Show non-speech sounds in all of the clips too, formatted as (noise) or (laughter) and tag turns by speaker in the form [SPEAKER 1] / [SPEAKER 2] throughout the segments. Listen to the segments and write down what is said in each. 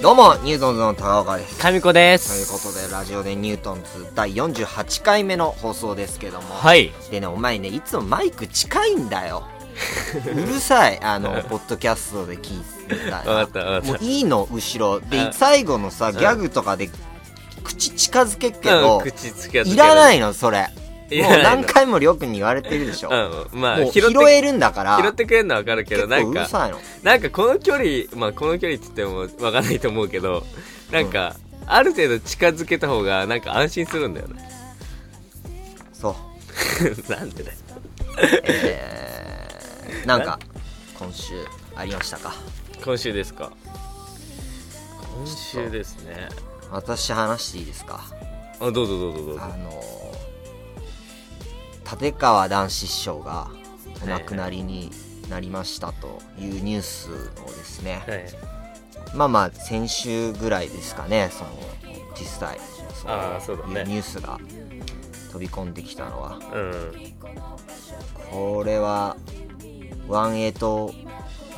[SPEAKER 1] どうも、ニュートンズの高岡です。
[SPEAKER 2] 神子で
[SPEAKER 1] というこ
[SPEAKER 2] す。
[SPEAKER 1] とで、ラジオでニュートンズ第48回目の放送ですけども。
[SPEAKER 2] はい。
[SPEAKER 1] でね、お前ね、いつもマイク近いんだ
[SPEAKER 2] (laughs)
[SPEAKER 1] よ。うるさい。あの、ポッドキャストで聞いてた
[SPEAKER 2] わ
[SPEAKER 1] ら
[SPEAKER 2] かったわかった
[SPEAKER 1] もういいの、後ろ。
[SPEAKER 2] う
[SPEAKER 1] で、
[SPEAKER 2] ん
[SPEAKER 1] 最後のさ、ギャグとかで、口近づけっけ
[SPEAKER 2] う
[SPEAKER 1] ど
[SPEAKER 2] ん、口つけ。
[SPEAKER 1] いらないいの、それ。も
[SPEAKER 2] いら
[SPEAKER 1] う
[SPEAKER 2] ないの
[SPEAKER 1] 何回もりょうくんに言われてるでしょ。
[SPEAKER 2] うん。まあ、
[SPEAKER 1] もう
[SPEAKER 2] 拾
[SPEAKER 1] 拾
[SPEAKER 2] って、
[SPEAKER 1] えるんだから。
[SPEAKER 2] 拾ってくれるのはわかるけど、な
[SPEAKER 1] 結構
[SPEAKER 2] ん
[SPEAKER 1] うる
[SPEAKER 2] か、
[SPEAKER 1] さいの。
[SPEAKER 2] なんかこの距離、まあこの距離って言ってもわかんないと思うけど、なんか、ある程度近づけた方が、なんか安心するんだよね。 (laughs)
[SPEAKER 1] そう。
[SPEAKER 2] なんでだよ。
[SPEAKER 1] えーなんか今週ありましたか
[SPEAKER 2] 今週ですか。今週ですね。
[SPEAKER 1] 私話していいですか
[SPEAKER 2] あ、どうぞどうぞどうぞ。
[SPEAKER 1] あのー立川談志師匠がお亡くなりになりましたというニュースをですね、
[SPEAKER 2] はい。
[SPEAKER 1] まあまあ先週ぐらいですかねその実際そ
[SPEAKER 2] あーそうだね
[SPEAKER 1] いうニュースが飛び込んできたのは
[SPEAKER 2] うん。
[SPEAKER 1] これは18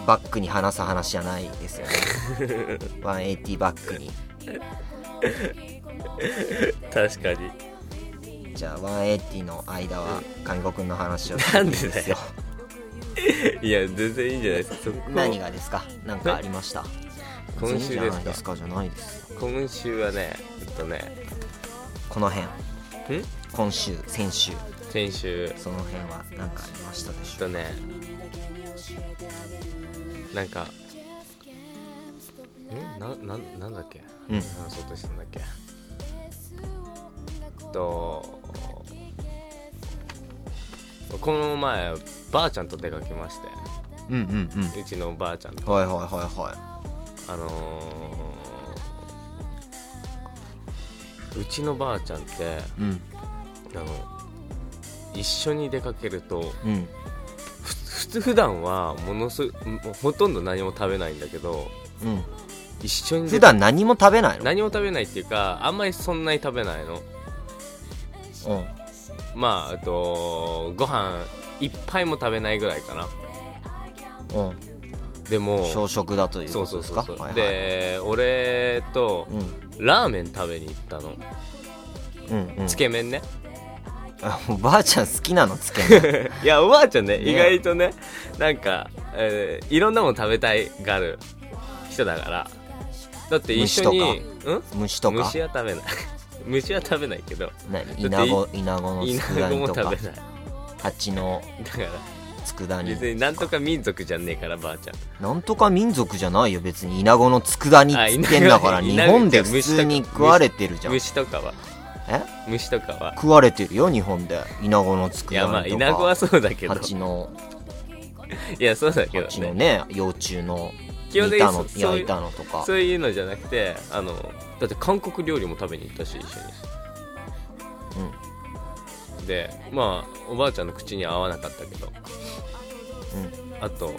[SPEAKER 1] バックに話す話じゃないですよね
[SPEAKER 2] (laughs)
[SPEAKER 1] 180バックに
[SPEAKER 2] 確かに。
[SPEAKER 1] じゃあ180の間は神子くんの話を
[SPEAKER 2] な
[SPEAKER 1] 聞
[SPEAKER 2] ん
[SPEAKER 1] いていいで
[SPEAKER 2] でだ
[SPEAKER 1] す
[SPEAKER 2] よ
[SPEAKER 1] よ。
[SPEAKER 2] いや、全然いいんじゃないですか。そこ
[SPEAKER 1] 何がですか何かありました
[SPEAKER 2] 今
[SPEAKER 1] 別に
[SPEAKER 2] 週
[SPEAKER 1] じゃ
[SPEAKER 2] で
[SPEAKER 1] ない
[SPEAKER 2] す
[SPEAKER 1] で
[SPEAKER 2] か
[SPEAKER 1] す。かじゃないですよ
[SPEAKER 2] 今週はね、えっとね、
[SPEAKER 1] この辺
[SPEAKER 2] ん
[SPEAKER 1] 今週先週
[SPEAKER 2] 先週、えっ
[SPEAKER 1] その辺は何かありましたでしょ
[SPEAKER 2] と
[SPEAKER 1] うか
[SPEAKER 2] ね、なんか、んな、な、なんだっけ
[SPEAKER 1] うん
[SPEAKER 2] 話そうとしたんだっけと、この前、ばあちゃんと出かけまして、
[SPEAKER 1] うんうんうん
[SPEAKER 2] うちのばあちゃんと、
[SPEAKER 1] はいはいはいは
[SPEAKER 2] あのーうちのばあちゃんって、
[SPEAKER 1] いうん
[SPEAKER 2] あの、一緒に出かけると、
[SPEAKER 1] うん
[SPEAKER 2] ふ普通普段はものすごいもうほとんど何も食べないんだけど
[SPEAKER 1] うん
[SPEAKER 2] 一緒に出
[SPEAKER 1] 普段何も食べないの
[SPEAKER 2] 何も食べないっていうかあんまりそんなに食べないの
[SPEAKER 1] うん
[SPEAKER 2] まああとご飯一杯も食べないぐらいかな
[SPEAKER 1] うん
[SPEAKER 2] でも
[SPEAKER 1] 小食だというこ
[SPEAKER 2] そうそ
[SPEAKER 1] と
[SPEAKER 2] う
[SPEAKER 1] です
[SPEAKER 2] そう
[SPEAKER 1] か
[SPEAKER 2] そう、
[SPEAKER 1] はいはい
[SPEAKER 2] で俺と
[SPEAKER 1] うん
[SPEAKER 2] ラーメン食べに行ったの
[SPEAKER 1] うんうん
[SPEAKER 2] つけ麺
[SPEAKER 1] (laughs)
[SPEAKER 2] ね
[SPEAKER 1] あおばあちゃん好きなのつけ
[SPEAKER 2] (laughs)
[SPEAKER 1] 麺
[SPEAKER 2] いやおばあちゃんね
[SPEAKER 1] ね
[SPEAKER 2] 意外とねなんか、えーいろんなもの食べたいがる人だからだって一緒に
[SPEAKER 1] 虫
[SPEAKER 2] うん
[SPEAKER 1] 虫とか
[SPEAKER 2] 虫は食べない (laughs) 虫は食べないけど
[SPEAKER 1] 何イナゴイナゴの
[SPEAKER 2] イナ
[SPEAKER 1] 佃
[SPEAKER 2] ゴ
[SPEAKER 1] 煮
[SPEAKER 2] も
[SPEAKER 1] と
[SPEAKER 2] 食べ
[SPEAKER 1] か
[SPEAKER 2] ないだか
[SPEAKER 1] 蜂の佃
[SPEAKER 2] ら
[SPEAKER 1] 煮
[SPEAKER 2] 別になんとか民族じゃねえからばあちゃん
[SPEAKER 1] なんとか民族じゃないよ別にイナゴの佃煮っ
[SPEAKER 2] あ
[SPEAKER 1] つってんだから
[SPEAKER 2] イナゴ
[SPEAKER 1] 日本で
[SPEAKER 2] イナゴ
[SPEAKER 1] 普
[SPEAKER 2] じゃ
[SPEAKER 1] 通に食われてるじゃん
[SPEAKER 2] 虫とかは
[SPEAKER 1] え
[SPEAKER 2] 虫とかは
[SPEAKER 1] 食われてるよ日本でイナゴの
[SPEAKER 2] い
[SPEAKER 1] 佃
[SPEAKER 2] やまあ
[SPEAKER 1] 煮
[SPEAKER 2] イ
[SPEAKER 1] と
[SPEAKER 2] ナゴは
[SPEAKER 1] か
[SPEAKER 2] そうだけど
[SPEAKER 1] 蜂の
[SPEAKER 2] いやそうだけ
[SPEAKER 1] 蜂
[SPEAKER 2] ど
[SPEAKER 1] の
[SPEAKER 2] ね
[SPEAKER 1] ね幼虫の
[SPEAKER 2] 基
[SPEAKER 1] 煮
[SPEAKER 2] 本的
[SPEAKER 1] た
[SPEAKER 2] にそ
[SPEAKER 1] の
[SPEAKER 2] そう
[SPEAKER 1] 焼
[SPEAKER 2] い
[SPEAKER 1] いうたのとか
[SPEAKER 2] そういうのじゃなくてあのだって韓国料理も食べに行ったし一緒にでまあおばあちゃんの口には合わなかったけど
[SPEAKER 1] うんうん
[SPEAKER 2] あと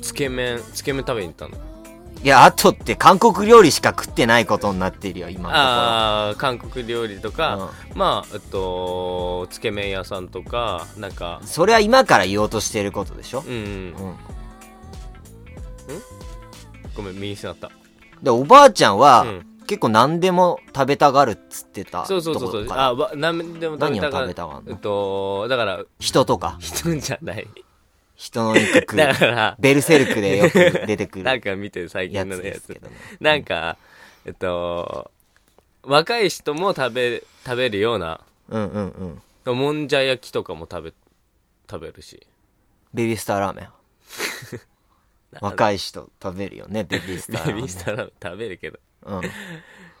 [SPEAKER 2] つけ麺つけ麺食べに行ったの
[SPEAKER 1] いやあとって韓国料理しか食ってないことになってるよ今のと
[SPEAKER 2] ああ韓国料理とか、まあえっとつけ麺屋さんとかなんか
[SPEAKER 1] ころそれは今から言おうとしてることでしょ
[SPEAKER 2] う、ん
[SPEAKER 1] うん、
[SPEAKER 2] ごめん右下なった
[SPEAKER 1] でおばあちゃんは、
[SPEAKER 2] うん
[SPEAKER 1] 結構何でも食べたがるっつってた
[SPEAKER 2] そうそうそうそ
[SPEAKER 1] と
[SPEAKER 2] う
[SPEAKER 1] こから
[SPEAKER 2] あわ何でも食べた
[SPEAKER 1] 何を
[SPEAKER 2] が
[SPEAKER 1] 食べたがんの
[SPEAKER 2] えっとだから
[SPEAKER 1] 人とか
[SPEAKER 2] 人じゃない
[SPEAKER 1] 人の肉食う
[SPEAKER 2] (laughs) だから
[SPEAKER 1] ベルセルクでよく出てく
[SPEAKER 2] (laughs) なん
[SPEAKER 1] る
[SPEAKER 2] か見てる最
[SPEAKER 1] や
[SPEAKER 2] 近の
[SPEAKER 1] つ
[SPEAKER 2] や
[SPEAKER 1] です
[SPEAKER 2] つ
[SPEAKER 1] けどね
[SPEAKER 2] なんかえっと若い人も食べ食べるような
[SPEAKER 1] うんうんうん
[SPEAKER 2] もんじゃ焼きとかも食べ食べるし
[SPEAKER 1] ベビースターラ
[SPEAKER 2] (laughs)
[SPEAKER 1] ーメン若い人食べるよねベビース
[SPEAKER 2] (laughs) ベ
[SPEAKER 1] ターラーメ
[SPEAKER 2] ビ
[SPEAKER 1] ン
[SPEAKER 2] ースターラーメン食べるけど
[SPEAKER 1] うん
[SPEAKER 2] だか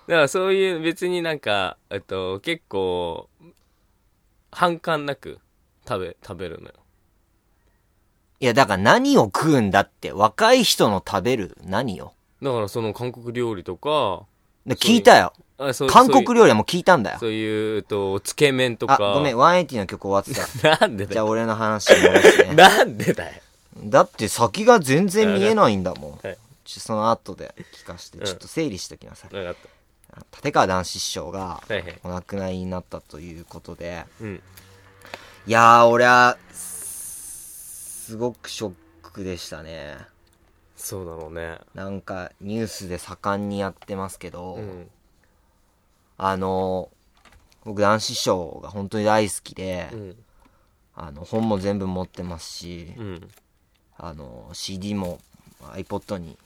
[SPEAKER 2] らそういう別になんか、えっと、結構、反感なく食べ、食べるのよ。
[SPEAKER 1] いやだから何を食うんだって若い人の食べる何を
[SPEAKER 2] だからその韓国料理とか、
[SPEAKER 1] で聞いたよ
[SPEAKER 2] あそう
[SPEAKER 1] 韓国
[SPEAKER 2] そういう
[SPEAKER 1] 料理はもう聞いたんだよ
[SPEAKER 2] そういう、えっと、つけ麺とか。
[SPEAKER 1] あごめん180の曲終わってた
[SPEAKER 2] なんで
[SPEAKER 1] じ
[SPEAKER 2] だ
[SPEAKER 1] ゃあ
[SPEAKER 2] よ。
[SPEAKER 1] 俺の話に戻すね
[SPEAKER 2] なんでだよ。
[SPEAKER 1] だって先が全然見えないんだもん
[SPEAKER 2] はい
[SPEAKER 1] ちょその後で聞かして
[SPEAKER 2] うん
[SPEAKER 1] ちょっと整理しときなさい
[SPEAKER 2] わかっ
[SPEAKER 1] 立川談志師匠が
[SPEAKER 2] た。はいはい。
[SPEAKER 1] お亡くなりになったということで
[SPEAKER 2] うん。
[SPEAKER 1] いやー、俺は、すすごくショックでしたね。
[SPEAKER 2] そうだろうね
[SPEAKER 1] なんかニュースで盛んにやってますけど、
[SPEAKER 2] うん
[SPEAKER 1] あの僕男子師匠が本当に大好きで、
[SPEAKER 2] うん
[SPEAKER 1] あの本も全部持ってますし、
[SPEAKER 2] うん
[SPEAKER 1] あの CD も iPod に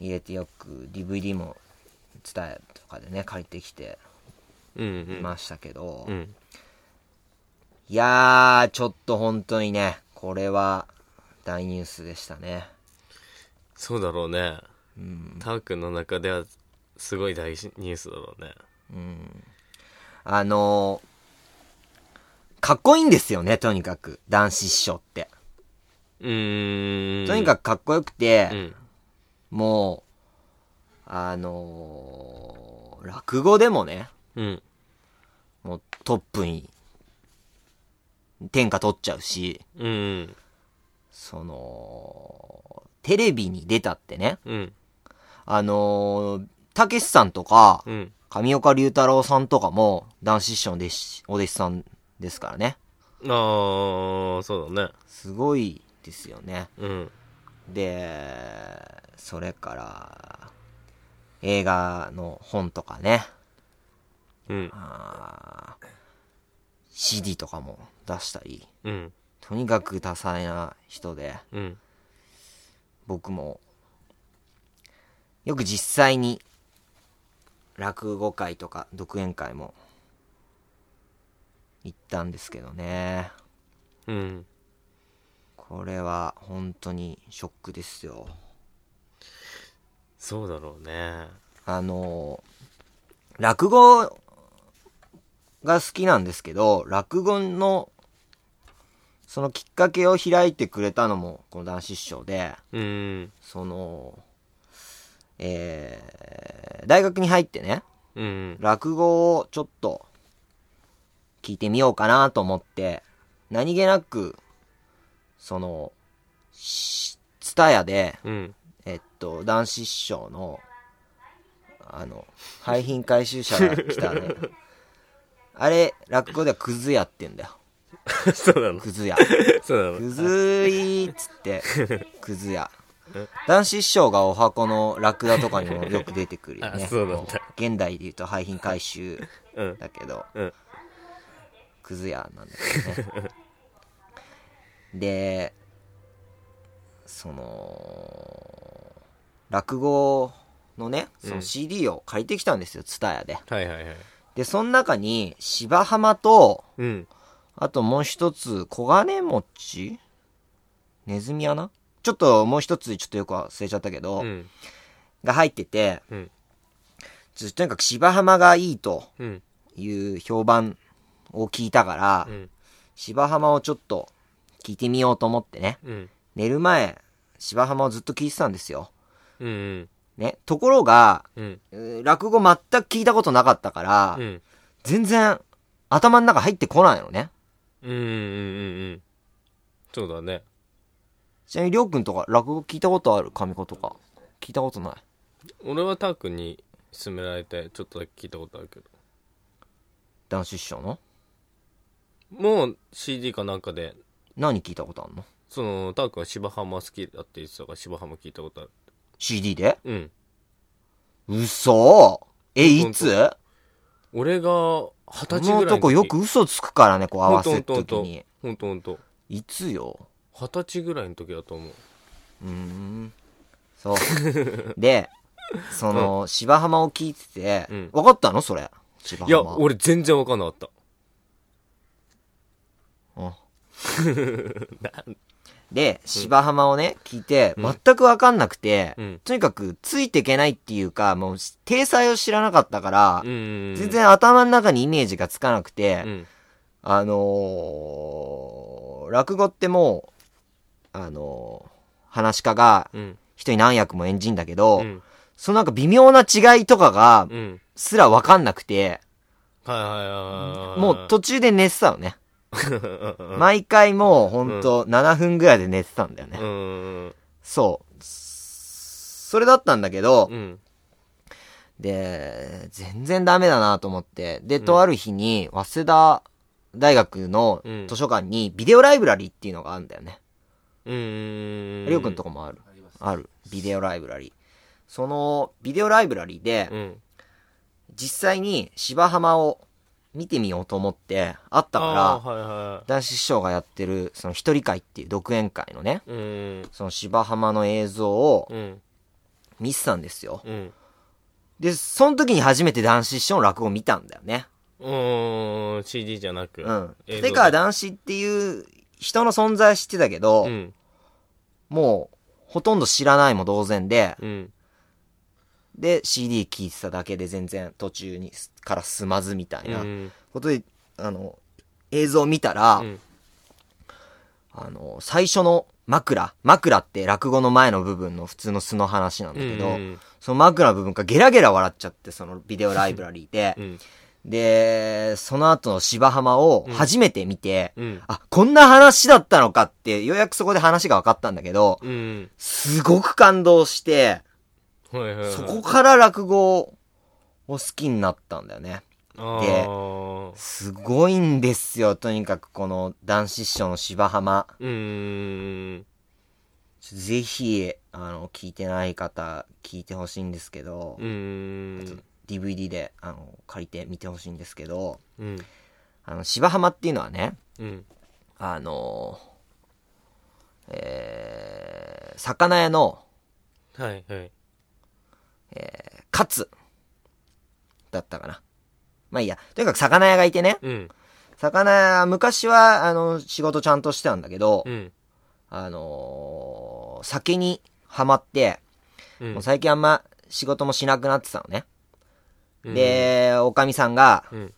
[SPEAKER 1] 入れてよく DVD も伝えとかでね借りてきて
[SPEAKER 2] うんう
[SPEAKER 1] い
[SPEAKER 2] ん
[SPEAKER 1] ましたけど、
[SPEAKER 2] うん
[SPEAKER 1] いやーちょっと本当にねこれは大ニュースでしたね
[SPEAKER 2] そうだろうね
[SPEAKER 1] うん
[SPEAKER 2] ターくんの中ではすごい大事ニュースだろうね
[SPEAKER 1] うんあのかっこいいんですよねとにかく男子師匠って
[SPEAKER 2] うーん
[SPEAKER 1] とにか
[SPEAKER 2] く
[SPEAKER 1] くかっこよくて、
[SPEAKER 2] うん
[SPEAKER 1] もう、あのー落語でもね、
[SPEAKER 2] うん
[SPEAKER 1] もうトップに、天下取っちゃうし、
[SPEAKER 2] うん
[SPEAKER 1] その、テレビに出たってね、
[SPEAKER 2] うん
[SPEAKER 1] あのーたけしさんとか、
[SPEAKER 2] うん
[SPEAKER 1] 上岡龍太郎さんとかも、男子師匠の弟子、お弟子さんですからね。
[SPEAKER 2] ああそうだね
[SPEAKER 1] すごいですよね。
[SPEAKER 2] うん
[SPEAKER 1] で、それから、映画の本とかね。
[SPEAKER 2] うん
[SPEAKER 1] あー CD とかも出したり、
[SPEAKER 2] うん
[SPEAKER 1] とにかく多彩な人で、
[SPEAKER 2] うん
[SPEAKER 1] 僕も、よく実際に、落語会とか独演会も、行ったんですけどね。
[SPEAKER 2] うん
[SPEAKER 1] これは本当にショックですよ。
[SPEAKER 2] そうだろうね
[SPEAKER 1] あのー落語が好きなんですけど、落語の、そのきっかけを開いてくれたのも、この男子師匠で、
[SPEAKER 2] うん
[SPEAKER 1] その、えー大学に入ってね、
[SPEAKER 2] うん
[SPEAKER 1] 落語をちょっと、聞いてみようかなと思って、何気なく、その、しツタヤで、
[SPEAKER 2] うん
[SPEAKER 1] えっと、男子師匠の、あの、廃品回収車が来たね。
[SPEAKER 2] (laughs)
[SPEAKER 1] あれ、落語ではクズ屋って言うんだよ。
[SPEAKER 2] (laughs) そうなの
[SPEAKER 1] クズ屋。
[SPEAKER 2] そうなの
[SPEAKER 1] クズいっつって、クズ屋。男子師匠がお箱のラクダとかにもよく出てくるよね。
[SPEAKER 2] (laughs) あそうなんだ
[SPEAKER 1] こ現代で言うと廃品回収
[SPEAKER 2] うん
[SPEAKER 1] だけど、
[SPEAKER 2] うん
[SPEAKER 1] クズ屋なんだけどね。
[SPEAKER 2] (laughs)
[SPEAKER 1] で、その、落語のね、そうの
[SPEAKER 2] ん
[SPEAKER 1] CD を借りてきたんですよ、ツタヤで。
[SPEAKER 2] はいはいはい
[SPEAKER 1] で、その中に、芝浜と、
[SPEAKER 2] うん
[SPEAKER 1] あともう一つ、黄金餅ネズミ穴ちょっともう一つ、ちょっとよく忘れちゃったけど、
[SPEAKER 2] うん
[SPEAKER 1] が入ってて、
[SPEAKER 2] うん
[SPEAKER 1] ちょとにかく芝浜がいいと
[SPEAKER 2] うん
[SPEAKER 1] いう評判を聞いたから、
[SPEAKER 2] うん
[SPEAKER 1] 芝浜をちょっと聞いてみようと思ってね、
[SPEAKER 2] うん
[SPEAKER 1] 寝る前、芝浜をずっと聞いてたんですよ。
[SPEAKER 2] うん
[SPEAKER 1] ね、ところが、
[SPEAKER 2] うん
[SPEAKER 1] うー落語全く聞いたことなかったから、
[SPEAKER 2] うん
[SPEAKER 1] 全然頭の中入ってこないのね。
[SPEAKER 2] うんうんうんうんそうだね
[SPEAKER 1] ちなみにりょうくんとか落語聞いたことある上子とか聞いたことない
[SPEAKER 2] 俺はターくんに勧められてちょっとだけ聞いたことあるけど
[SPEAKER 1] 男子師匠の
[SPEAKER 2] もう CD かなんかで
[SPEAKER 1] 何聞いたことあるの
[SPEAKER 2] そのターくんは芝浜好きだって言ってたから芝浜聞いたことある
[SPEAKER 1] ?CD で
[SPEAKER 2] うん
[SPEAKER 1] 嘘え、
[SPEAKER 2] ほ
[SPEAKER 1] い
[SPEAKER 2] ん
[SPEAKER 1] つ
[SPEAKER 2] と俺が二
[SPEAKER 1] こ
[SPEAKER 2] 十歳ぐらい
[SPEAKER 1] の男よく嘘つくからね、こう合わせるときに。
[SPEAKER 2] ほんとほんと
[SPEAKER 1] いつよ
[SPEAKER 2] 二十歳ぐらいの時だと思う
[SPEAKER 1] うーん。そう。で、その、芝浜を聞いて
[SPEAKER 2] う
[SPEAKER 1] て
[SPEAKER 2] ん、
[SPEAKER 1] 分かったのそれ。芝
[SPEAKER 2] いや
[SPEAKER 1] 浜。
[SPEAKER 2] 俺全然わかんなかった (laughs)
[SPEAKER 1] うん。で、芝浜をね、聞いて、全くわかんなくて、
[SPEAKER 2] うん
[SPEAKER 1] とにかくついていけないっていうか、もう、体裁を知らなかったから、
[SPEAKER 2] うんうんうん
[SPEAKER 1] 全然頭の中にイメージがつかなくて、
[SPEAKER 2] うん
[SPEAKER 1] あのー落語ってもう、あのー話し家が
[SPEAKER 2] うん
[SPEAKER 1] 人に何役も演じんだけど、
[SPEAKER 2] うん
[SPEAKER 1] そのなんか微妙な違いとかが、
[SPEAKER 2] うん
[SPEAKER 1] すらわかんなくて、
[SPEAKER 2] はいはいはいはい
[SPEAKER 1] もう途中で寝てたのね。
[SPEAKER 2] ま
[SPEAKER 1] 毎回もうほんと7分ぐらいで寝てたんだよね。
[SPEAKER 2] うんうん
[SPEAKER 1] そう。それだったんだけど、
[SPEAKER 2] うん
[SPEAKER 1] で、全然ダメだなと思って、で、とある日に、早稲田大学の
[SPEAKER 2] うん
[SPEAKER 1] 図書館にビデオライブラリーっていうのがあるんだよね。
[SPEAKER 2] うんうん
[SPEAKER 1] りょうくんとかもある。ある。ビデオライブラリ。その、ビデオライブラリで、
[SPEAKER 2] うん。
[SPEAKER 1] 実際に芝浜を見てみようと思って、あった
[SPEAKER 2] あ
[SPEAKER 1] か
[SPEAKER 2] ーはいは
[SPEAKER 1] ら、男子師匠がやってる、その一人会っていう独演会のね、
[SPEAKER 2] い。うん。
[SPEAKER 1] その芝浜の映像を
[SPEAKER 2] うん。
[SPEAKER 1] 見てたんですよ。
[SPEAKER 2] うん。
[SPEAKER 1] で、その時に初めて男子師匠の落語を見たんだよね。
[SPEAKER 2] うーん。CD じゃなく。
[SPEAKER 1] うん。
[SPEAKER 2] 映像
[SPEAKER 1] 立川男子っていう人の存在は知ってたけど、
[SPEAKER 2] うん。
[SPEAKER 1] もう、ほとんど知らないも同然で、
[SPEAKER 2] うん。。
[SPEAKER 1] で、CD 聴いてただけで全然途中にす、から進まずみたいうなんことで、あの、映像を見たら、
[SPEAKER 2] うん
[SPEAKER 1] あの、最初の枕、枕って落語の前の部分の普通の素の話なんだけど、
[SPEAKER 2] うん
[SPEAKER 1] その枕の部分からゲラゲラ笑っちゃって、そのビデオライブラリーで、
[SPEAKER 2] うん。
[SPEAKER 1] で、その後の芝浜を初めて見て、
[SPEAKER 2] うん。
[SPEAKER 1] あ、こんな話だったのかって、ようやくそこで話が分かったんだけど、
[SPEAKER 2] うん。
[SPEAKER 1] すごく感動して、
[SPEAKER 2] はいはいはい。
[SPEAKER 1] そこから落語を好きになったんだよね。
[SPEAKER 2] あー
[SPEAKER 1] すごいんですよ、とにかくこの男子師匠の芝浜。
[SPEAKER 2] うーん。
[SPEAKER 1] ちょぜひ、あの、聞いてない方、聞いてほしいんですけど、
[SPEAKER 2] うーん。
[SPEAKER 1] DVD で、あの、借りて見てほしいんですけど、
[SPEAKER 2] うん。
[SPEAKER 1] あの、芝浜っていうのはね、
[SPEAKER 2] うん。
[SPEAKER 1] あの、えー、魚屋の、
[SPEAKER 2] はいはい。
[SPEAKER 1] カツ、だったかな。まあいいや、とにかく魚屋がいてね、
[SPEAKER 2] うん。
[SPEAKER 1] 魚屋、昔は、あの、仕事ちゃんとしてたんだけど、
[SPEAKER 2] うん。
[SPEAKER 1] あのー酒にハマって、
[SPEAKER 2] うん
[SPEAKER 1] もう最近あんま仕事もしなくなってたのね。、で、おかみさんが、
[SPEAKER 2] うん。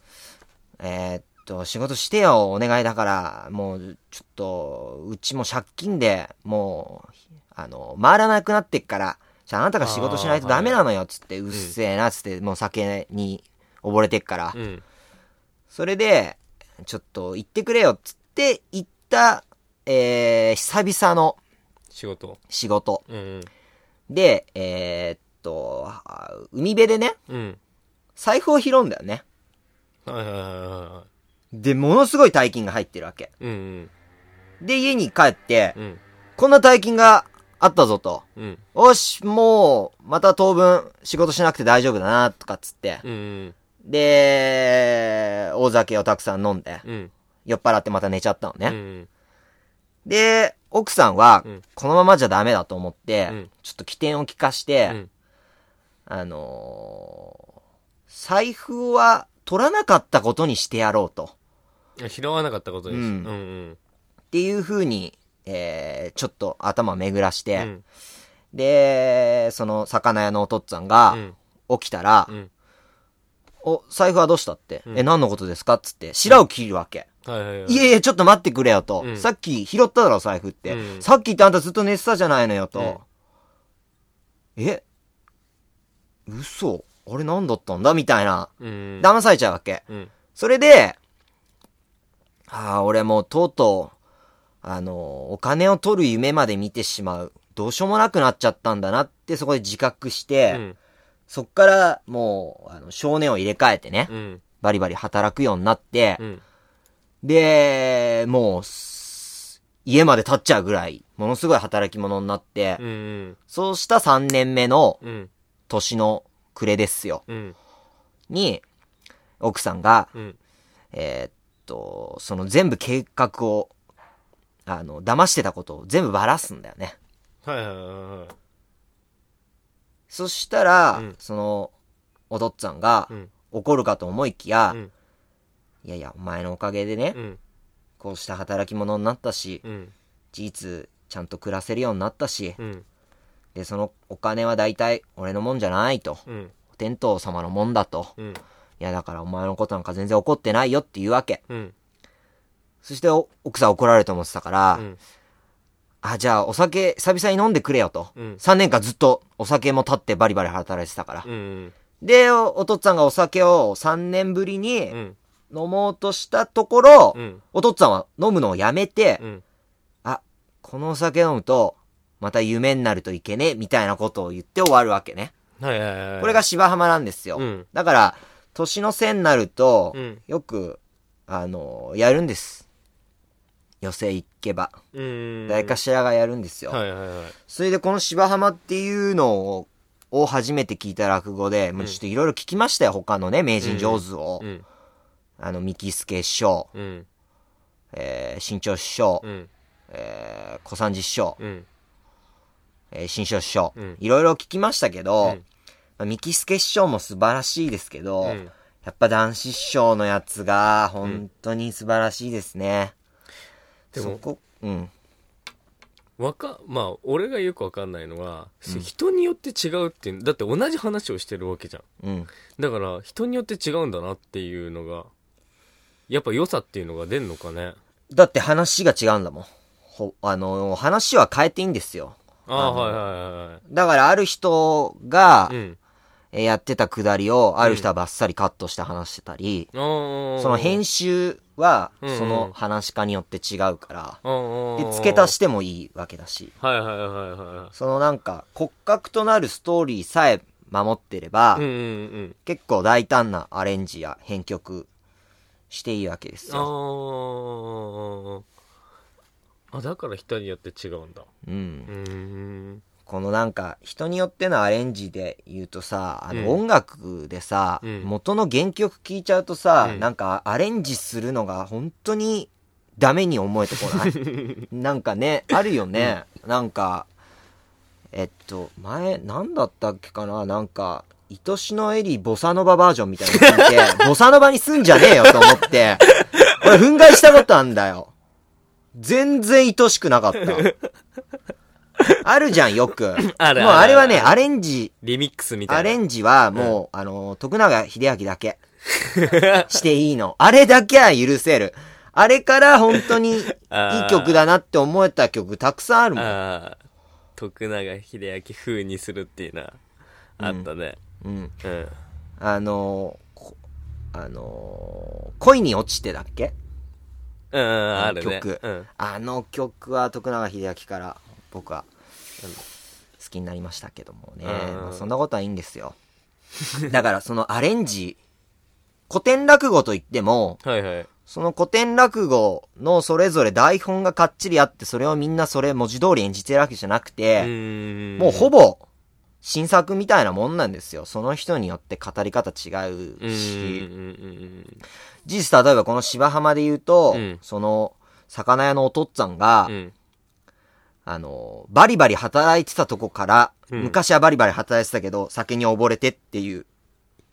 [SPEAKER 1] えーっと、仕事してよ、お願いだから、もう、ちょっと、うちも借金で、もう、あの、回らなくなってっから、じゃああなたが仕事しないとダメなのよ、つって、うっせえな、つって、もう酒に溺れてっから
[SPEAKER 2] う、ん。
[SPEAKER 1] それで、ちょっと行ってくれよ、つって行った、えー、久々の
[SPEAKER 2] 仕事。
[SPEAKER 1] 仕事。
[SPEAKER 2] うん。
[SPEAKER 1] で、えーっと、あ海辺でね、
[SPEAKER 2] うん。
[SPEAKER 1] 財布を拾うんだよね。
[SPEAKER 2] はいはいはいは
[SPEAKER 1] で、ものすごい大金が入ってるわけ。
[SPEAKER 2] い。うん。
[SPEAKER 1] で、家に帰って
[SPEAKER 2] う、ん。
[SPEAKER 1] こんな大金があったぞと。
[SPEAKER 2] うん。
[SPEAKER 1] よし、もう、また当分、仕事しなくて大丈夫だな、とかっつって。
[SPEAKER 2] うん。
[SPEAKER 1] で、大酒をたくさん飲んで、
[SPEAKER 2] うん。
[SPEAKER 1] 酔っ払ってまた寝ちゃったの
[SPEAKER 2] う
[SPEAKER 1] ね。
[SPEAKER 2] ん。
[SPEAKER 1] で、奥さんは
[SPEAKER 2] うん、
[SPEAKER 1] このままじゃダメだと思って、
[SPEAKER 2] うん
[SPEAKER 1] ちょっと起点を利かし
[SPEAKER 2] う
[SPEAKER 1] て、
[SPEAKER 2] ん。
[SPEAKER 1] あのー財布は取らなかったことにしてやろうと。
[SPEAKER 2] 拾わなかったことです。
[SPEAKER 1] う
[SPEAKER 2] うんん。うん。
[SPEAKER 1] っていう風に、えー、ちょっと頭巡らし
[SPEAKER 2] う
[SPEAKER 1] て、
[SPEAKER 2] ん。
[SPEAKER 1] で、その魚屋のお父っつぁんが
[SPEAKER 2] うん。
[SPEAKER 1] 起きたら、
[SPEAKER 2] うん。
[SPEAKER 1] お、財布はどうしたって、
[SPEAKER 2] うん
[SPEAKER 1] え、何のことですかっつって、白を切るわけ。
[SPEAKER 2] はいはいはい。
[SPEAKER 1] いやいや、ちょっと待ってくれよと。
[SPEAKER 2] うん
[SPEAKER 1] さっき拾っただろ、財布って。
[SPEAKER 2] うん
[SPEAKER 1] さっきってあんたずっと寝てたじゃないのよと。え嘘あれ何だったんだみたいな。
[SPEAKER 2] うん。
[SPEAKER 1] 騙されちゃうわけ。
[SPEAKER 2] うん。
[SPEAKER 1] それで、ああ、俺もうとうとう、あの、お金を取る夢まで見てしまう。どうしようもなくなっちゃったんだなってそこで自覚して、
[SPEAKER 2] うん。
[SPEAKER 1] そっからもう、あの、少年を入れ替えてね、
[SPEAKER 2] うん。
[SPEAKER 1] バリバリ働くようになって、
[SPEAKER 2] うん。
[SPEAKER 1] で、もうす、家まで立っちゃうぐらい、ものすごい働き者になって、
[SPEAKER 2] うん。
[SPEAKER 1] そうした3年目の
[SPEAKER 2] うん。
[SPEAKER 1] 年の暮れですよ、
[SPEAKER 2] うん。
[SPEAKER 1] に、奥さんが、
[SPEAKER 2] うん。
[SPEAKER 1] えーっと、その全部計画を、あの、騙してたことを全部ばらすんだよね。
[SPEAKER 2] はいはいは
[SPEAKER 1] そしたら、
[SPEAKER 2] うん
[SPEAKER 1] その、お父っつぁんが
[SPEAKER 2] い。うん。
[SPEAKER 1] 怒るかと思いきや、
[SPEAKER 2] うん
[SPEAKER 1] いやいや、お前のおかげでね、
[SPEAKER 2] うん。
[SPEAKER 1] こうした働き者になったし、
[SPEAKER 2] うん。
[SPEAKER 1] 事実、ちゃんと暮らせるようになったし、
[SPEAKER 2] うん。
[SPEAKER 1] で、そのお金は大体俺のもんじゃないと。
[SPEAKER 2] うん。
[SPEAKER 1] 天道様のもんだと。
[SPEAKER 2] うん。
[SPEAKER 1] いや、だからお前のことなんか全然怒ってないよって言うわけ。
[SPEAKER 2] うん。
[SPEAKER 1] そしてお奥さん怒られると思ってたから、
[SPEAKER 2] うん。
[SPEAKER 1] あ、じゃあお酒久々に飲んでくれよと。
[SPEAKER 2] うん
[SPEAKER 1] 3年間ずっとお酒も立ってバリバリ働いてたから。
[SPEAKER 2] うん。
[SPEAKER 1] で、おお父っつぁんがお酒を3年ぶりに
[SPEAKER 2] う
[SPEAKER 1] 飲
[SPEAKER 2] ん。
[SPEAKER 1] もうとしたところ、
[SPEAKER 2] うん。
[SPEAKER 1] お父っつぁんは飲むのをやめて、
[SPEAKER 2] うん。
[SPEAKER 1] あ、このお酒飲むと、また夢になるといけねえ、みたいなことを言って終わるわけね。
[SPEAKER 2] はいはいはい。
[SPEAKER 1] これが、芝浜なんですよ。
[SPEAKER 2] うん
[SPEAKER 1] だから、年の瀬になると、
[SPEAKER 2] うん
[SPEAKER 1] よく、あの、やるんです。寄せ行けば、
[SPEAKER 2] うん。
[SPEAKER 1] 誰かしらがやるんですよ。
[SPEAKER 2] はいはいはい。
[SPEAKER 1] それでこの芝浜っていうのを、を初めて聞いた落語で、もうちょっといろいろ聞きましたよ、他のね、名人上手を。
[SPEAKER 2] うん。
[SPEAKER 1] あの、三木助師匠、
[SPEAKER 2] うん。
[SPEAKER 1] えー、新潮師匠、
[SPEAKER 2] うん。
[SPEAKER 1] えー、小三治師匠、
[SPEAKER 2] うん。
[SPEAKER 1] えー、新潮師匠
[SPEAKER 2] うん、
[SPEAKER 1] いろいろ聞きましたけど、
[SPEAKER 2] うん
[SPEAKER 1] まあ、三木助師匠も素晴らしいですけど、
[SPEAKER 2] うん
[SPEAKER 1] やっぱ男子師匠のやつが、本当に素晴らしいですね。
[SPEAKER 2] でも
[SPEAKER 1] そこ、うん。
[SPEAKER 2] わか、まあ、俺がよくわかんないのは、人によって違うっていう、だって同じ話をしてるわけじゃん。
[SPEAKER 1] うん。
[SPEAKER 2] だから、人によって違うんだなっていうのが、やっぱ良さっていうのが出んのかね。
[SPEAKER 1] だって話が違うんだもん。ほ、あの、話は変えていいんですよ。
[SPEAKER 2] ああー、はいはいはいはい。
[SPEAKER 1] だからある人が、
[SPEAKER 2] うん。
[SPEAKER 1] えーやってたくだりを、ある人はバッサリカットして話してたり、
[SPEAKER 2] あー
[SPEAKER 1] その編集は、
[SPEAKER 2] うん
[SPEAKER 1] その話し家によって違うか
[SPEAKER 2] あー
[SPEAKER 1] ら、で、付け足してもいいわけだし、
[SPEAKER 2] はいはいはいは
[SPEAKER 1] そのなんか骨格となるストーリーさえ守ってれば、
[SPEAKER 2] い。うんうんうん。
[SPEAKER 1] 結構大胆なアレンジや編曲していいわけです
[SPEAKER 2] あ
[SPEAKER 1] よ。
[SPEAKER 2] ーあ。だから人によって違うんだ。
[SPEAKER 1] う。
[SPEAKER 2] うんーん。
[SPEAKER 1] このなんか、人によってのアレンジで言うとさ、あ
[SPEAKER 2] うん
[SPEAKER 1] の音楽でさ、
[SPEAKER 2] うん
[SPEAKER 1] 元の原曲聴いちゃうとさ、
[SPEAKER 2] うん
[SPEAKER 1] なんかアレンジするのが本当にダメに思えてこないなんかね、あるよね。なんか、えっと、前、なんだったっけかななんか、愛しのエリーボサノババージョンみたいなの聞い
[SPEAKER 2] (laughs)
[SPEAKER 1] て、ボサノバにすんじゃねえよと思って、俺憤慨したことあんだよ。全然愛しくなかった。あるじゃん、よく。
[SPEAKER 2] (laughs) ある
[SPEAKER 1] もうあれはね、
[SPEAKER 2] あるある
[SPEAKER 1] アレンジ、
[SPEAKER 2] リミックスみたいな。
[SPEAKER 1] アレンジはもう、あの、徳永秀明だけしていいの。あれだけは許せる。あれから本当にいい
[SPEAKER 2] (laughs) あー
[SPEAKER 1] 曲だなって思えた曲たくさんあるもん。
[SPEAKER 2] ああ。徳永秀明風にするっていうな。あったね。
[SPEAKER 1] うん。
[SPEAKER 2] うん。
[SPEAKER 1] あのーこあのー恋に落ちてだっけ
[SPEAKER 2] うん、うん、あるね。
[SPEAKER 1] 曲
[SPEAKER 2] うん。
[SPEAKER 1] あの曲は徳永秀明から僕はあの好きになりましたけどもね、
[SPEAKER 2] うん
[SPEAKER 1] まあそんなことはいいんですよだからそのアレンジ古典落語といっても
[SPEAKER 2] はいはい。
[SPEAKER 1] その古典落語のそれぞれ台本がかっちりあってそれをみんなそれ文字通り演じてるわけじゃなく
[SPEAKER 2] う
[SPEAKER 1] て、
[SPEAKER 2] ーん
[SPEAKER 1] もうほぼ新作みたいなもんなんですよその人によって語り方違
[SPEAKER 2] う
[SPEAKER 1] うし、
[SPEAKER 2] んうんうん
[SPEAKER 1] 事実、例えばこの芝浜で言うと、
[SPEAKER 2] うん
[SPEAKER 1] その、魚屋のお父っつぁんが、
[SPEAKER 2] うんうん。
[SPEAKER 1] あの、バリバリ働いてたとこから、
[SPEAKER 2] うん
[SPEAKER 1] 昔はバリバリ働いてたけど、酒に溺れてっていう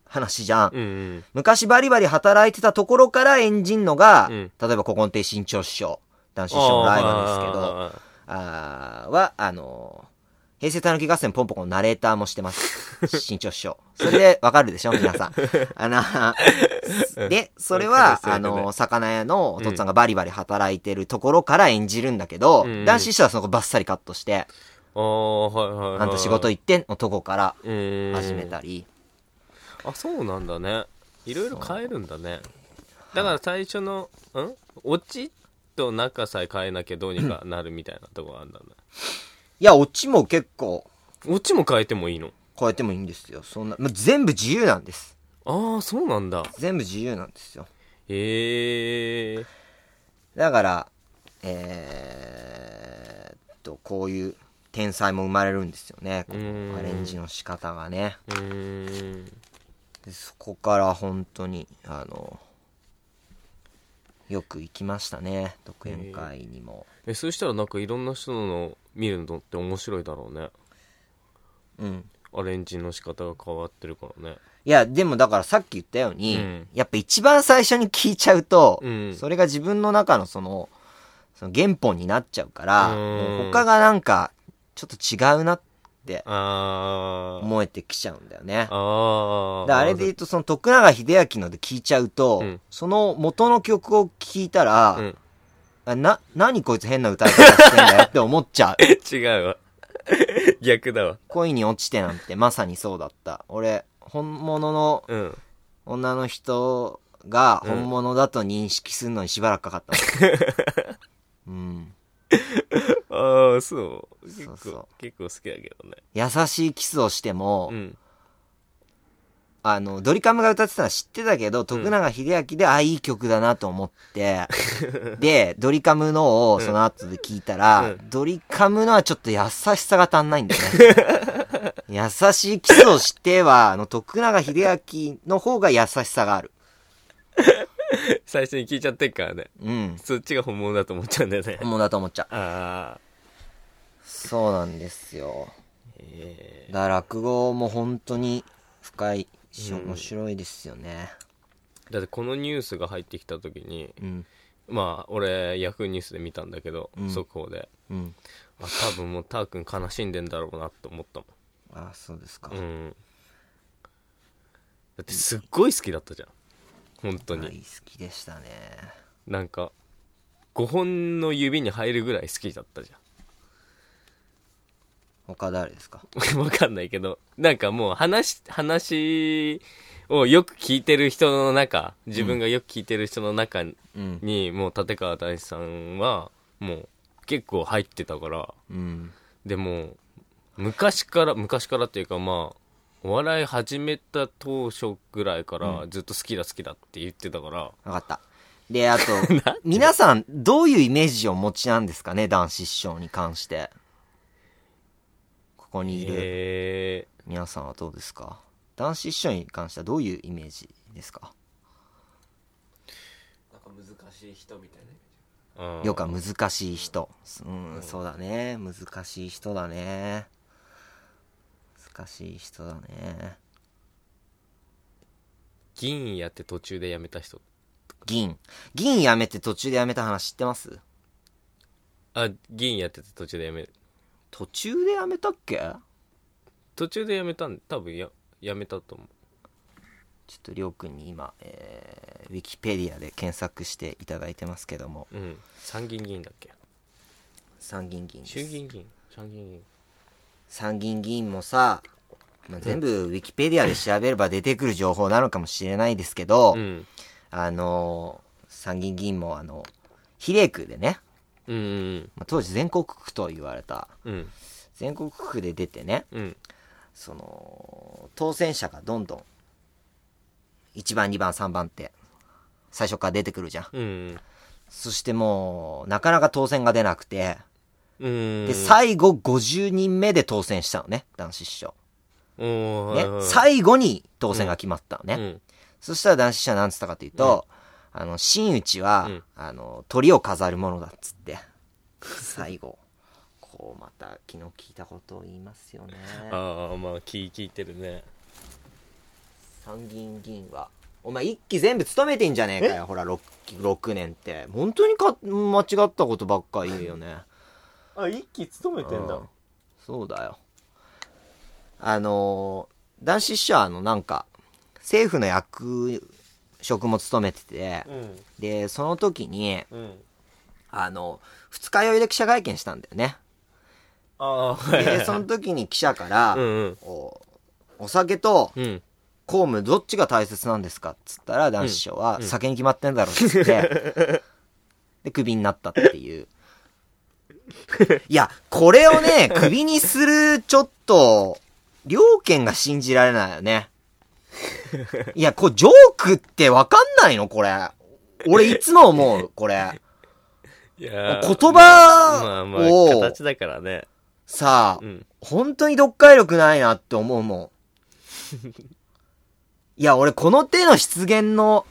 [SPEAKER 1] 話じゃん。
[SPEAKER 2] うんうん。
[SPEAKER 1] 昔バリバリ働いてたところから演じんのが、
[SPEAKER 2] うん
[SPEAKER 1] 例えば古今亭新潮師匠、男子師匠のライバルですけど、
[SPEAKER 2] あー
[SPEAKER 1] あーは、あの、平成たぬき合戦ポンポコのナレーターもしてます。新潮師匠。それでわかるでしょ皆
[SPEAKER 2] (laughs)
[SPEAKER 1] さん。あの、で、それは、
[SPEAKER 2] わか
[SPEAKER 1] あ
[SPEAKER 2] りますよね
[SPEAKER 1] の、魚屋のお父さんがバリバリ働いてるところから演じるんだけど、
[SPEAKER 2] うん
[SPEAKER 1] 男子師匠はそこバッサリカットして、
[SPEAKER 2] あー、はいはいはい。
[SPEAKER 1] あんた仕事行ってんのとこから
[SPEAKER 2] うん
[SPEAKER 1] 始めたり。
[SPEAKER 2] あそうなんだねいろいろ変えるんだねだから最初のんオチと中さえ変えなきゃどうにかなるみたいなとこがあるんだね
[SPEAKER 1] いや、オチも結構
[SPEAKER 2] オチも変えてもいいの
[SPEAKER 1] 変えてもいいんですよ。そんな、ま全部自由なんです。
[SPEAKER 2] ああそうなんだ
[SPEAKER 1] 全部自由なんですよ。
[SPEAKER 2] へえ
[SPEAKER 1] だから、えーっと、こういう天才も生まれるんですよね。こ
[SPEAKER 2] うん
[SPEAKER 1] のアレンジの仕方がね。
[SPEAKER 2] うーん
[SPEAKER 1] でそこから本当にあのよく行きましたね独演会にも、
[SPEAKER 2] えそしたらなんかいろんな人の見るのって面白いだろうね
[SPEAKER 1] うん
[SPEAKER 2] アレンジの仕方が変わってるからね
[SPEAKER 1] いやでもだからさっき言ったように、
[SPEAKER 2] うん
[SPEAKER 1] やっぱ一番最初に聞いちゃうと、
[SPEAKER 2] うん
[SPEAKER 1] それが自分の中のそのその原本になっちゃうから、
[SPEAKER 2] うん
[SPEAKER 1] もう他がなんかちょっと違うなって
[SPEAKER 2] あー
[SPEAKER 1] 思えてきちゃうんだよね
[SPEAKER 2] あー
[SPEAKER 1] だあれで言うとその徳永英明ので聞いちゃうと、
[SPEAKER 2] うん
[SPEAKER 1] その元の曲を聞いたら、
[SPEAKER 2] うん
[SPEAKER 1] あな、何こいつ変な歌い方してんだよって思っちゃう。
[SPEAKER 2] (laughs) 違うわ逆だわ
[SPEAKER 1] 恋に落ちてなんてまさにそうだった。俺、本物の
[SPEAKER 2] うん
[SPEAKER 1] 女の人が
[SPEAKER 2] うん
[SPEAKER 1] 本物だと認識するのにしばらくかかった
[SPEAKER 2] (laughs)
[SPEAKER 1] の。うん。
[SPEAKER 2] ああそう結構
[SPEAKER 1] そうそう
[SPEAKER 2] 結構好きだけどね
[SPEAKER 1] 優しいキスをしても、
[SPEAKER 2] うん
[SPEAKER 1] あの、ドリカムが歌ってたのは知ってたけど、徳永秀明で、あ、いい曲だなと思
[SPEAKER 2] (laughs)
[SPEAKER 1] って、で、ドリカムのをその後で聞いたら、
[SPEAKER 2] う
[SPEAKER 1] ドリカムのはちょっと優しさが足んないんだよね。
[SPEAKER 2] (laughs)
[SPEAKER 1] 優しいキスをしては、あの、徳永秀明の方が優しさがある。
[SPEAKER 2] 最初に聞いちゃってっからね
[SPEAKER 1] うん。
[SPEAKER 2] そっちが本物だと思っちゃうんだよね
[SPEAKER 1] もうだと思っちゃう。
[SPEAKER 2] ああ
[SPEAKER 1] そうなんですよ。
[SPEAKER 2] え
[SPEAKER 1] だから落語も本当に深いし、
[SPEAKER 2] うん
[SPEAKER 1] 面白いですよね。
[SPEAKER 2] ーだってこのニュースが入ってきた時に
[SPEAKER 1] うん。
[SPEAKER 2] まあ俺ヤフーニュースで見たんだけど、
[SPEAKER 1] うん
[SPEAKER 2] 速報で
[SPEAKER 1] うん。
[SPEAKER 2] あ多分もうター君悲しんでんだろうなと思ったも
[SPEAKER 1] あ、そうですか。
[SPEAKER 2] んうんだってすっごい好きだったじゃん本当
[SPEAKER 1] 大
[SPEAKER 2] に
[SPEAKER 1] 好きでしたね。
[SPEAKER 2] なんか5本の指に入るぐらい好きだったじゃん (laughs)
[SPEAKER 1] 他誰ですか
[SPEAKER 2] わかんないけど、なんかもう話、話をよく聞いてる人の中、自分がよく聞いてる人の中
[SPEAKER 1] うん。
[SPEAKER 2] に、もう立川大志さんは、もう結構入ってたから、
[SPEAKER 1] うん。
[SPEAKER 2] でも、昔から、昔からっていうかまあ、お笑い始めた当初ぐらいからずっと好きだ好きだって言ってたから、
[SPEAKER 1] わかった。で、あと、 (laughs) 皆さん、どういうイメージをお持ちなんですかね男子師匠に関して。ここにいる
[SPEAKER 2] え
[SPEAKER 1] 皆さんはどうですか男子師匠に関してはどういうイメージですか
[SPEAKER 3] なんか難しい人みたいなイメージ
[SPEAKER 2] ー、うん
[SPEAKER 1] よか難しい人。うん、そうだね。難しい人だね。難しい人だね。
[SPEAKER 2] 銀やって途中で辞めた人。
[SPEAKER 1] 銀。銀やめて途中でやめた話知ってます
[SPEAKER 2] あ、銀やってて途中で辞める。
[SPEAKER 1] 途中でやめたっけちょ
[SPEAKER 2] 途中で辞めたん多分や辞めたと思う
[SPEAKER 1] っとりょうくんに今、えー、ウィキペディアで検索していただいてますけども。
[SPEAKER 2] うん参議院議員だっけ
[SPEAKER 1] 参議院議員で
[SPEAKER 2] 衆
[SPEAKER 1] す
[SPEAKER 2] 議院議員参議院議員
[SPEAKER 1] 参議院議員もさ、まあ、全部ウィキペディアで調べれば出てくる情報なのかもしれないですけど、
[SPEAKER 2] うん
[SPEAKER 1] あのー参議院議員もあの比例区でね、
[SPEAKER 2] うんうん
[SPEAKER 1] まあ、当時全国区と言われた
[SPEAKER 2] うん
[SPEAKER 1] 全国区で出てね
[SPEAKER 2] うん
[SPEAKER 1] その当選者がどんどん1番2番3番って最初から出てくるじゃん
[SPEAKER 2] うん
[SPEAKER 1] そしてもうなかなか当選が出なくて
[SPEAKER 2] うん
[SPEAKER 1] で最後50人目で当選したのね男子師匠
[SPEAKER 2] お
[SPEAKER 1] ね、
[SPEAKER 2] ー
[SPEAKER 1] 最後に当選が決まったのね。
[SPEAKER 2] うん
[SPEAKER 1] そしたら男子社は何つったかというと、あの、真打ちは、
[SPEAKER 2] うん
[SPEAKER 1] あの、鳥を飾るものだっつって、
[SPEAKER 2] (laughs)
[SPEAKER 1] 最後、こうまた昨日聞いたことを言いますよね。
[SPEAKER 2] ああまあ聞い聞いてるね
[SPEAKER 1] 参議院議員は、お前一期全部務めてんじゃねえかよ、ほら、6, 6年って。本当にか間違ったことばっか言うよね。
[SPEAKER 2] あ一期勤め
[SPEAKER 1] うんそうだよあのー男子師はのなんか政府の役職も務めてて、
[SPEAKER 2] うん
[SPEAKER 1] でその時に
[SPEAKER 2] うん
[SPEAKER 1] あの二日酔いで記者会見したんだよね
[SPEAKER 2] ああ
[SPEAKER 1] でその時に記者から、
[SPEAKER 2] (laughs) うんうん
[SPEAKER 1] おお酒と
[SPEAKER 2] うん
[SPEAKER 1] 公務どっちが大切なんですかっつったら男子師匠は、酒に決まってんだろっつって、
[SPEAKER 2] (laughs)
[SPEAKER 1] で、クビになったっていう。いや、これを
[SPEAKER 2] (laughs)
[SPEAKER 1] ね、クビにする、ちょっと、両県が信じられないよね。いや、こう、ジョークってわかんないのこれ。俺いつも思う、こ
[SPEAKER 2] (laughs)
[SPEAKER 1] れ。
[SPEAKER 2] いやー
[SPEAKER 1] 言葉
[SPEAKER 2] まあまあ
[SPEAKER 1] を
[SPEAKER 2] 形だからね
[SPEAKER 1] さあ、
[SPEAKER 2] うん
[SPEAKER 1] 本当に読解力ないなって思うも
[SPEAKER 2] (laughs)
[SPEAKER 1] ん。いや、俺この手の失言の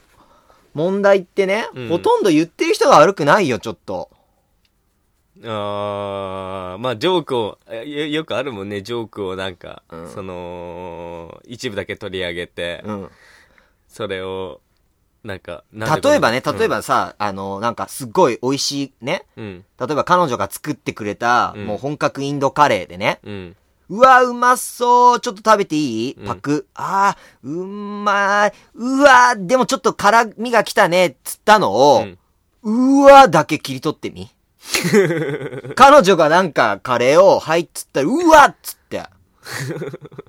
[SPEAKER 1] 問題ってね、
[SPEAKER 2] うん
[SPEAKER 1] ほとんど言ってる人が悪くないよ、ちょっと。
[SPEAKER 2] あーまあジョークをえよよくあるもんねジョークをなんか、
[SPEAKER 1] うん
[SPEAKER 2] その一部だけ取り上げて、
[SPEAKER 1] うん。
[SPEAKER 2] それをなんかなんでこの
[SPEAKER 1] 例えばね、例えばさ、あの、なんかすっごい美味しいね、
[SPEAKER 2] うん
[SPEAKER 1] 例えば彼女が作ってくれた、
[SPEAKER 2] うん
[SPEAKER 1] もう本格インドカレーでね、
[SPEAKER 2] うん
[SPEAKER 1] うわ、うまそう。ちょっと食べていい
[SPEAKER 2] うん
[SPEAKER 1] パク。ああ、うまい。うわ、でもちょっと辛みが来たね。つったのを、うわだけ切り取って
[SPEAKER 2] (laughs)
[SPEAKER 1] み。彼女がなんかカレーを、はいっつったら、うわっつって。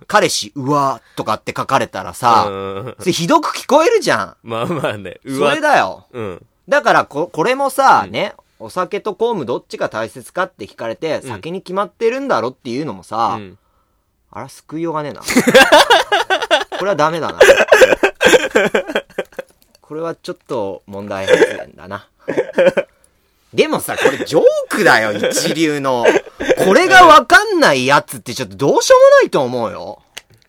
[SPEAKER 1] 彼氏、うわとかって書かれたら
[SPEAKER 2] う
[SPEAKER 1] さ、
[SPEAKER 2] ん
[SPEAKER 1] それひどく聞こえるじゃ
[SPEAKER 2] まあまあね
[SPEAKER 1] ん。
[SPEAKER 2] う
[SPEAKER 1] そ
[SPEAKER 2] わ
[SPEAKER 1] れだよ。
[SPEAKER 2] うん
[SPEAKER 1] だからこ、これもさ、ね、お酒と公務どっちが大切かって聞かれて、
[SPEAKER 2] うん
[SPEAKER 1] 酒に決まってるんだろっていうのもさ、
[SPEAKER 2] うん
[SPEAKER 1] あら、救いようがねえな。これはダメだな。これはちょっと問題発言だな。でもさ、これジョークだよ、一流の。これがわかんないやつってちょっとどうしようもないと思うよ。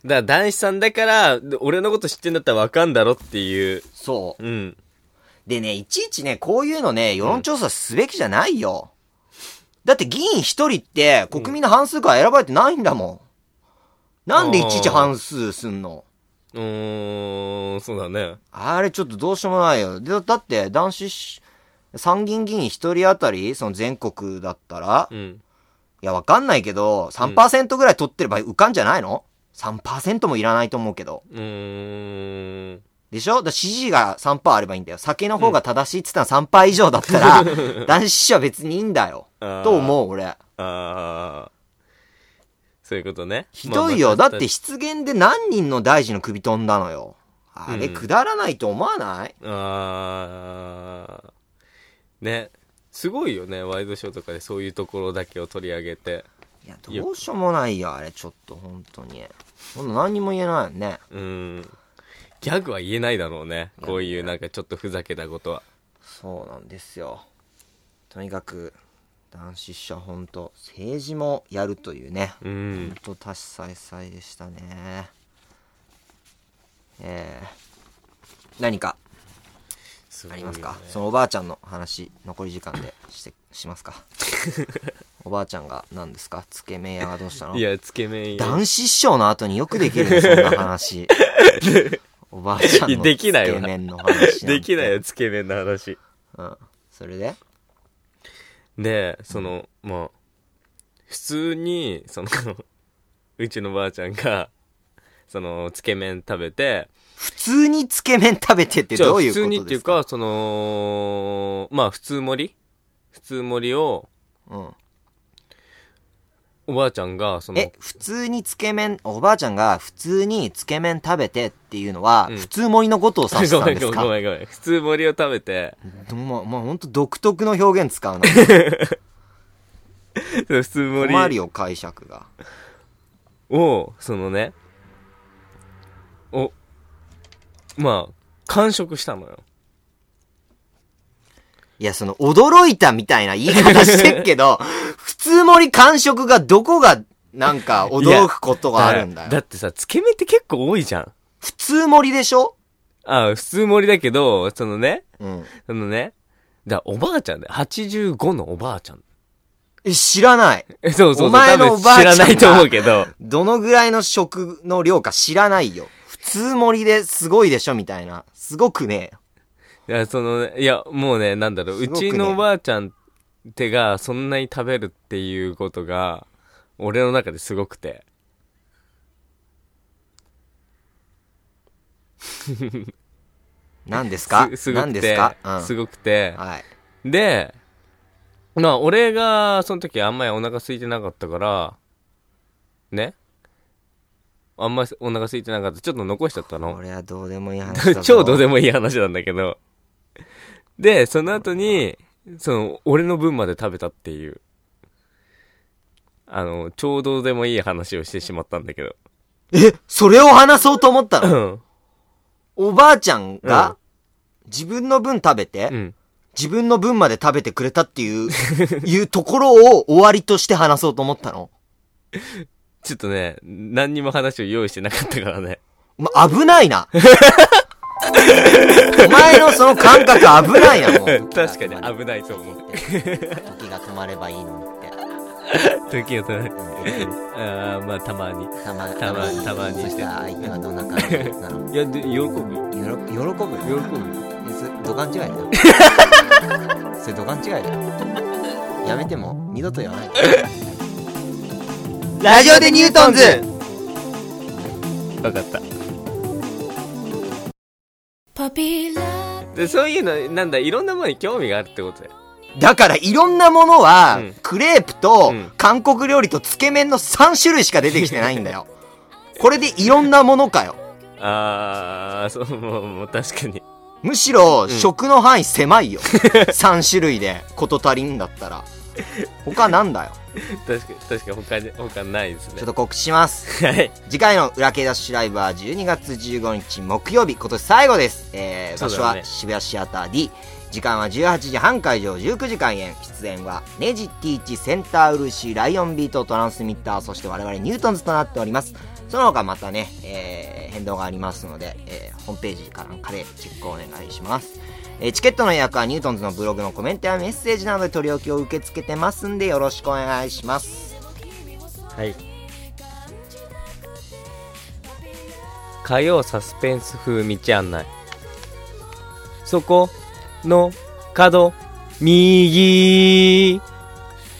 [SPEAKER 2] から男子さんだから、俺のこと知ってんだったらわかんだろっていう。
[SPEAKER 1] そう
[SPEAKER 2] う。ん。
[SPEAKER 1] でね、いちいちね、こういうのね、世論調査すべきじゃないよ。だって議員一人って国民の半数から選ばれてないんだもん。なんでいちいち半数すんの
[SPEAKER 2] うーん、そうだね。
[SPEAKER 1] あれちょっとどうしようもないよ。で、だって男子し、参議院議員一人当たり、その全国だったら、
[SPEAKER 2] う
[SPEAKER 1] い
[SPEAKER 2] ん。
[SPEAKER 1] や、わかんないけど、3%ぐらい取ってれば浮かんじゃないの ?3% もいらないと思うけど。
[SPEAKER 2] うーん。
[SPEAKER 1] でしょだから支持が3%あればいいんだよ。酒の方が正しいって言ったのは3%以上だったら、 (laughs) 男子は別にいいんだよ。
[SPEAKER 2] あー
[SPEAKER 1] と思う、俺。
[SPEAKER 2] ああ。そういうことね。
[SPEAKER 1] ひどいよ。
[SPEAKER 2] まあ
[SPEAKER 1] だって、失言で何人の大臣の首飛んだのよ。あれ、
[SPEAKER 2] うん
[SPEAKER 1] くだらないと思わない、
[SPEAKER 2] ああ。ね。すごいよね。ワイドショーとかでそういうところだけを取り上げて。
[SPEAKER 1] いや、どうしようもないよ、あれ、ちょっと、本当に。ほんと何にも言えないよね。
[SPEAKER 2] うん。ギャグは言えないだろうね。こういうなんかちょっとふざけたことは。
[SPEAKER 1] そうなんですよ。とにかく、男子社ほんと、政治もやるというね。
[SPEAKER 2] うん。
[SPEAKER 1] ほんと、多士再々でしたね。えー、何か
[SPEAKER 2] すご
[SPEAKER 1] あ
[SPEAKER 2] い
[SPEAKER 1] り
[SPEAKER 2] よ
[SPEAKER 1] ま
[SPEAKER 2] ね
[SPEAKER 1] すか、そのおばあちゃんの話残り時間でしてします (laughs) かおばあちゃんが何ですかつけ麺屋がどうしたの
[SPEAKER 2] いや、つけ麺
[SPEAKER 1] 男子師匠の後によくできるねそんな
[SPEAKER 2] (laughs)
[SPEAKER 1] 話おばあちゃんの
[SPEAKER 2] で
[SPEAKER 1] つ
[SPEAKER 2] き
[SPEAKER 1] け
[SPEAKER 2] ないわ
[SPEAKER 1] 麺の話んて
[SPEAKER 2] できないよ、つけ麺の話。
[SPEAKER 1] うんそれで
[SPEAKER 2] で、その、まあ、普通に、その、 (laughs) うちのばあちゃんが、その、つけ麺食べて、
[SPEAKER 1] 普通につけ麺食べてって
[SPEAKER 2] じゃあ
[SPEAKER 1] どういうことですか
[SPEAKER 2] 普通にっていうか、その、まあ、普通盛り普通盛りを、
[SPEAKER 1] うん
[SPEAKER 2] おばあちゃんが、その、
[SPEAKER 1] え普通につけ麺おばあちゃんが普通につけ麺食べてっていうのは、
[SPEAKER 2] うん
[SPEAKER 1] 普通盛りのことを指した
[SPEAKER 2] ご
[SPEAKER 1] ん
[SPEAKER 2] めん
[SPEAKER 1] で
[SPEAKER 2] ご
[SPEAKER 1] す
[SPEAKER 2] め
[SPEAKER 1] か
[SPEAKER 2] んごめんごめん。普通盛りを食べて、
[SPEAKER 1] どもうもうほんと独特の表現使うな
[SPEAKER 2] 普通
[SPEAKER 1] 困
[SPEAKER 2] 盛
[SPEAKER 1] る
[SPEAKER 2] り
[SPEAKER 1] よ解釈が
[SPEAKER 2] を、そのね、お、まあ、完食したのよ。
[SPEAKER 1] いや、その、驚いたみたいな言い方してるけど、 (laughs) 普通盛り感触がどこが、なんか、驚くことがあるんだ
[SPEAKER 2] だ
[SPEAKER 1] よ。
[SPEAKER 2] ってさ、つけ麺って結構多いじゃん。
[SPEAKER 1] 普通盛りでしょ
[SPEAKER 2] あ、普通盛りだけど、そのね、
[SPEAKER 1] うん。
[SPEAKER 2] そのね、だおばあちゃんだよ。85のおばあちゃん。
[SPEAKER 1] え知らない。
[SPEAKER 2] え、そうそうそう。
[SPEAKER 1] お前の
[SPEAKER 2] 多分
[SPEAKER 1] おばあちゃんが
[SPEAKER 2] 知らないと思うけど。
[SPEAKER 1] どのぐらいの食の量か知らないよ。普通盛りですごいでしょみたいな。すごくね。
[SPEAKER 2] いや、その、いや、もうね、なんだろう、
[SPEAKER 1] す
[SPEAKER 2] う
[SPEAKER 1] ごくね
[SPEAKER 2] ちのおばあちゃんってが、そんなに食べるっていうことが、俺の中ですごくて。
[SPEAKER 1] 何ですか
[SPEAKER 2] すすご
[SPEAKER 1] 何
[SPEAKER 2] く
[SPEAKER 1] です
[SPEAKER 2] て
[SPEAKER 1] か、うん。
[SPEAKER 2] すごくて。
[SPEAKER 1] はい。
[SPEAKER 2] で、まあ、俺が、その時あんまりお腹空いてなかったから、ね。あんまりお腹空いてなかった。ちょっと残しちゃったの
[SPEAKER 1] こ。れはどうでもいい話だぞ。
[SPEAKER 2] (laughs) 超どうでもいい話なんだけど。で、その後に、その、俺の分まで食べたっていう。あの、ちょうどでもいい話をしてしまったんだ (laughs) けど。
[SPEAKER 1] え、それを話そうと思った
[SPEAKER 2] う
[SPEAKER 1] の
[SPEAKER 2] ん。
[SPEAKER 1] おばあちゃん
[SPEAKER 2] うん
[SPEAKER 1] が、自分の分食べて、
[SPEAKER 2] うん。
[SPEAKER 1] 自分の分まで食べてくれたっていう、
[SPEAKER 2] (laughs)
[SPEAKER 1] いうところを終わりとして話そうと思ったの。
[SPEAKER 2] ちょっとね、何にも話を用意してなかったからね。
[SPEAKER 1] ま、危ないな。お前のその感覚危ないな、もう。(laughs)
[SPEAKER 2] (laughs) (laughs) 確かに危ないと思う。
[SPEAKER 1] 時が止まればいいのにって。
[SPEAKER 2] 時を取られ (laughs) ああ、まあ、たまに。
[SPEAKER 1] たま、
[SPEAKER 2] たまたまにし
[SPEAKER 1] そ
[SPEAKER 2] て
[SPEAKER 1] したら相手はどんな感じなの
[SPEAKER 2] いや、で、喜ぶよ。
[SPEAKER 1] 喜ぶ喜ぶよ
[SPEAKER 2] 喜ぶよ。
[SPEAKER 1] えそれ、土管違いだ (laughs) よ。それ、土管違いだよ。やめても、二度と言わない。ラジオでニュートンズ
[SPEAKER 2] わかった。
[SPEAKER 4] Puppy love,
[SPEAKER 2] で、そういうの、なんだ、いろんなものに興味があるってことだよ。
[SPEAKER 1] だからいろんなものは、
[SPEAKER 2] うん
[SPEAKER 1] クレープと
[SPEAKER 2] うん
[SPEAKER 1] 韓国料理とつけ麺の3種類しか出てきてないん
[SPEAKER 2] (laughs)
[SPEAKER 1] だよ。これでいろんなものかよ。
[SPEAKER 2] ああ、そう、もう、もう確かに。 (laughs)
[SPEAKER 1] むしろ、食の範囲狭いよ。3種類でこと足りんだったら。他なんだよ。
[SPEAKER 2] 確かに、確かに他に、他ないです
[SPEAKER 1] ちょっ
[SPEAKER 2] ね。
[SPEAKER 1] と告知します。
[SPEAKER 2] はい。
[SPEAKER 1] 次回の裏系ダッシュライブは12月15日木曜日、今年最後です。えー、場
[SPEAKER 2] そうだ
[SPEAKER 1] 所
[SPEAKER 2] よね
[SPEAKER 1] は渋谷シアター D。時間は18時半会場、19時開演。出演は、ネジ、ティーチ、センター、ウルシ、ライオンビート、トランスミッター、そして我々ニュートンズとなっております。その他またね、えー変動がありますので、えーホームページかなんかでチェックをお願いします。えーチケットの予約はニュートンズのブログのコメントやメッセージなどで取り置きを受け付けてますんで、よろしくお願いします。
[SPEAKER 2] はい。火曜サスペンス風道案内。そこの角、右。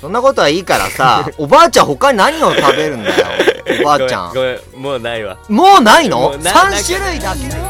[SPEAKER 1] そんなことはいいからさ、 (laughs) おばあちゃん他に何を食べるんだよ、おばあちゃん
[SPEAKER 2] ご。めん、ごめんもうないわ。
[SPEAKER 1] もうないの
[SPEAKER 2] もう
[SPEAKER 1] ?3
[SPEAKER 2] な
[SPEAKER 1] 種類だけで。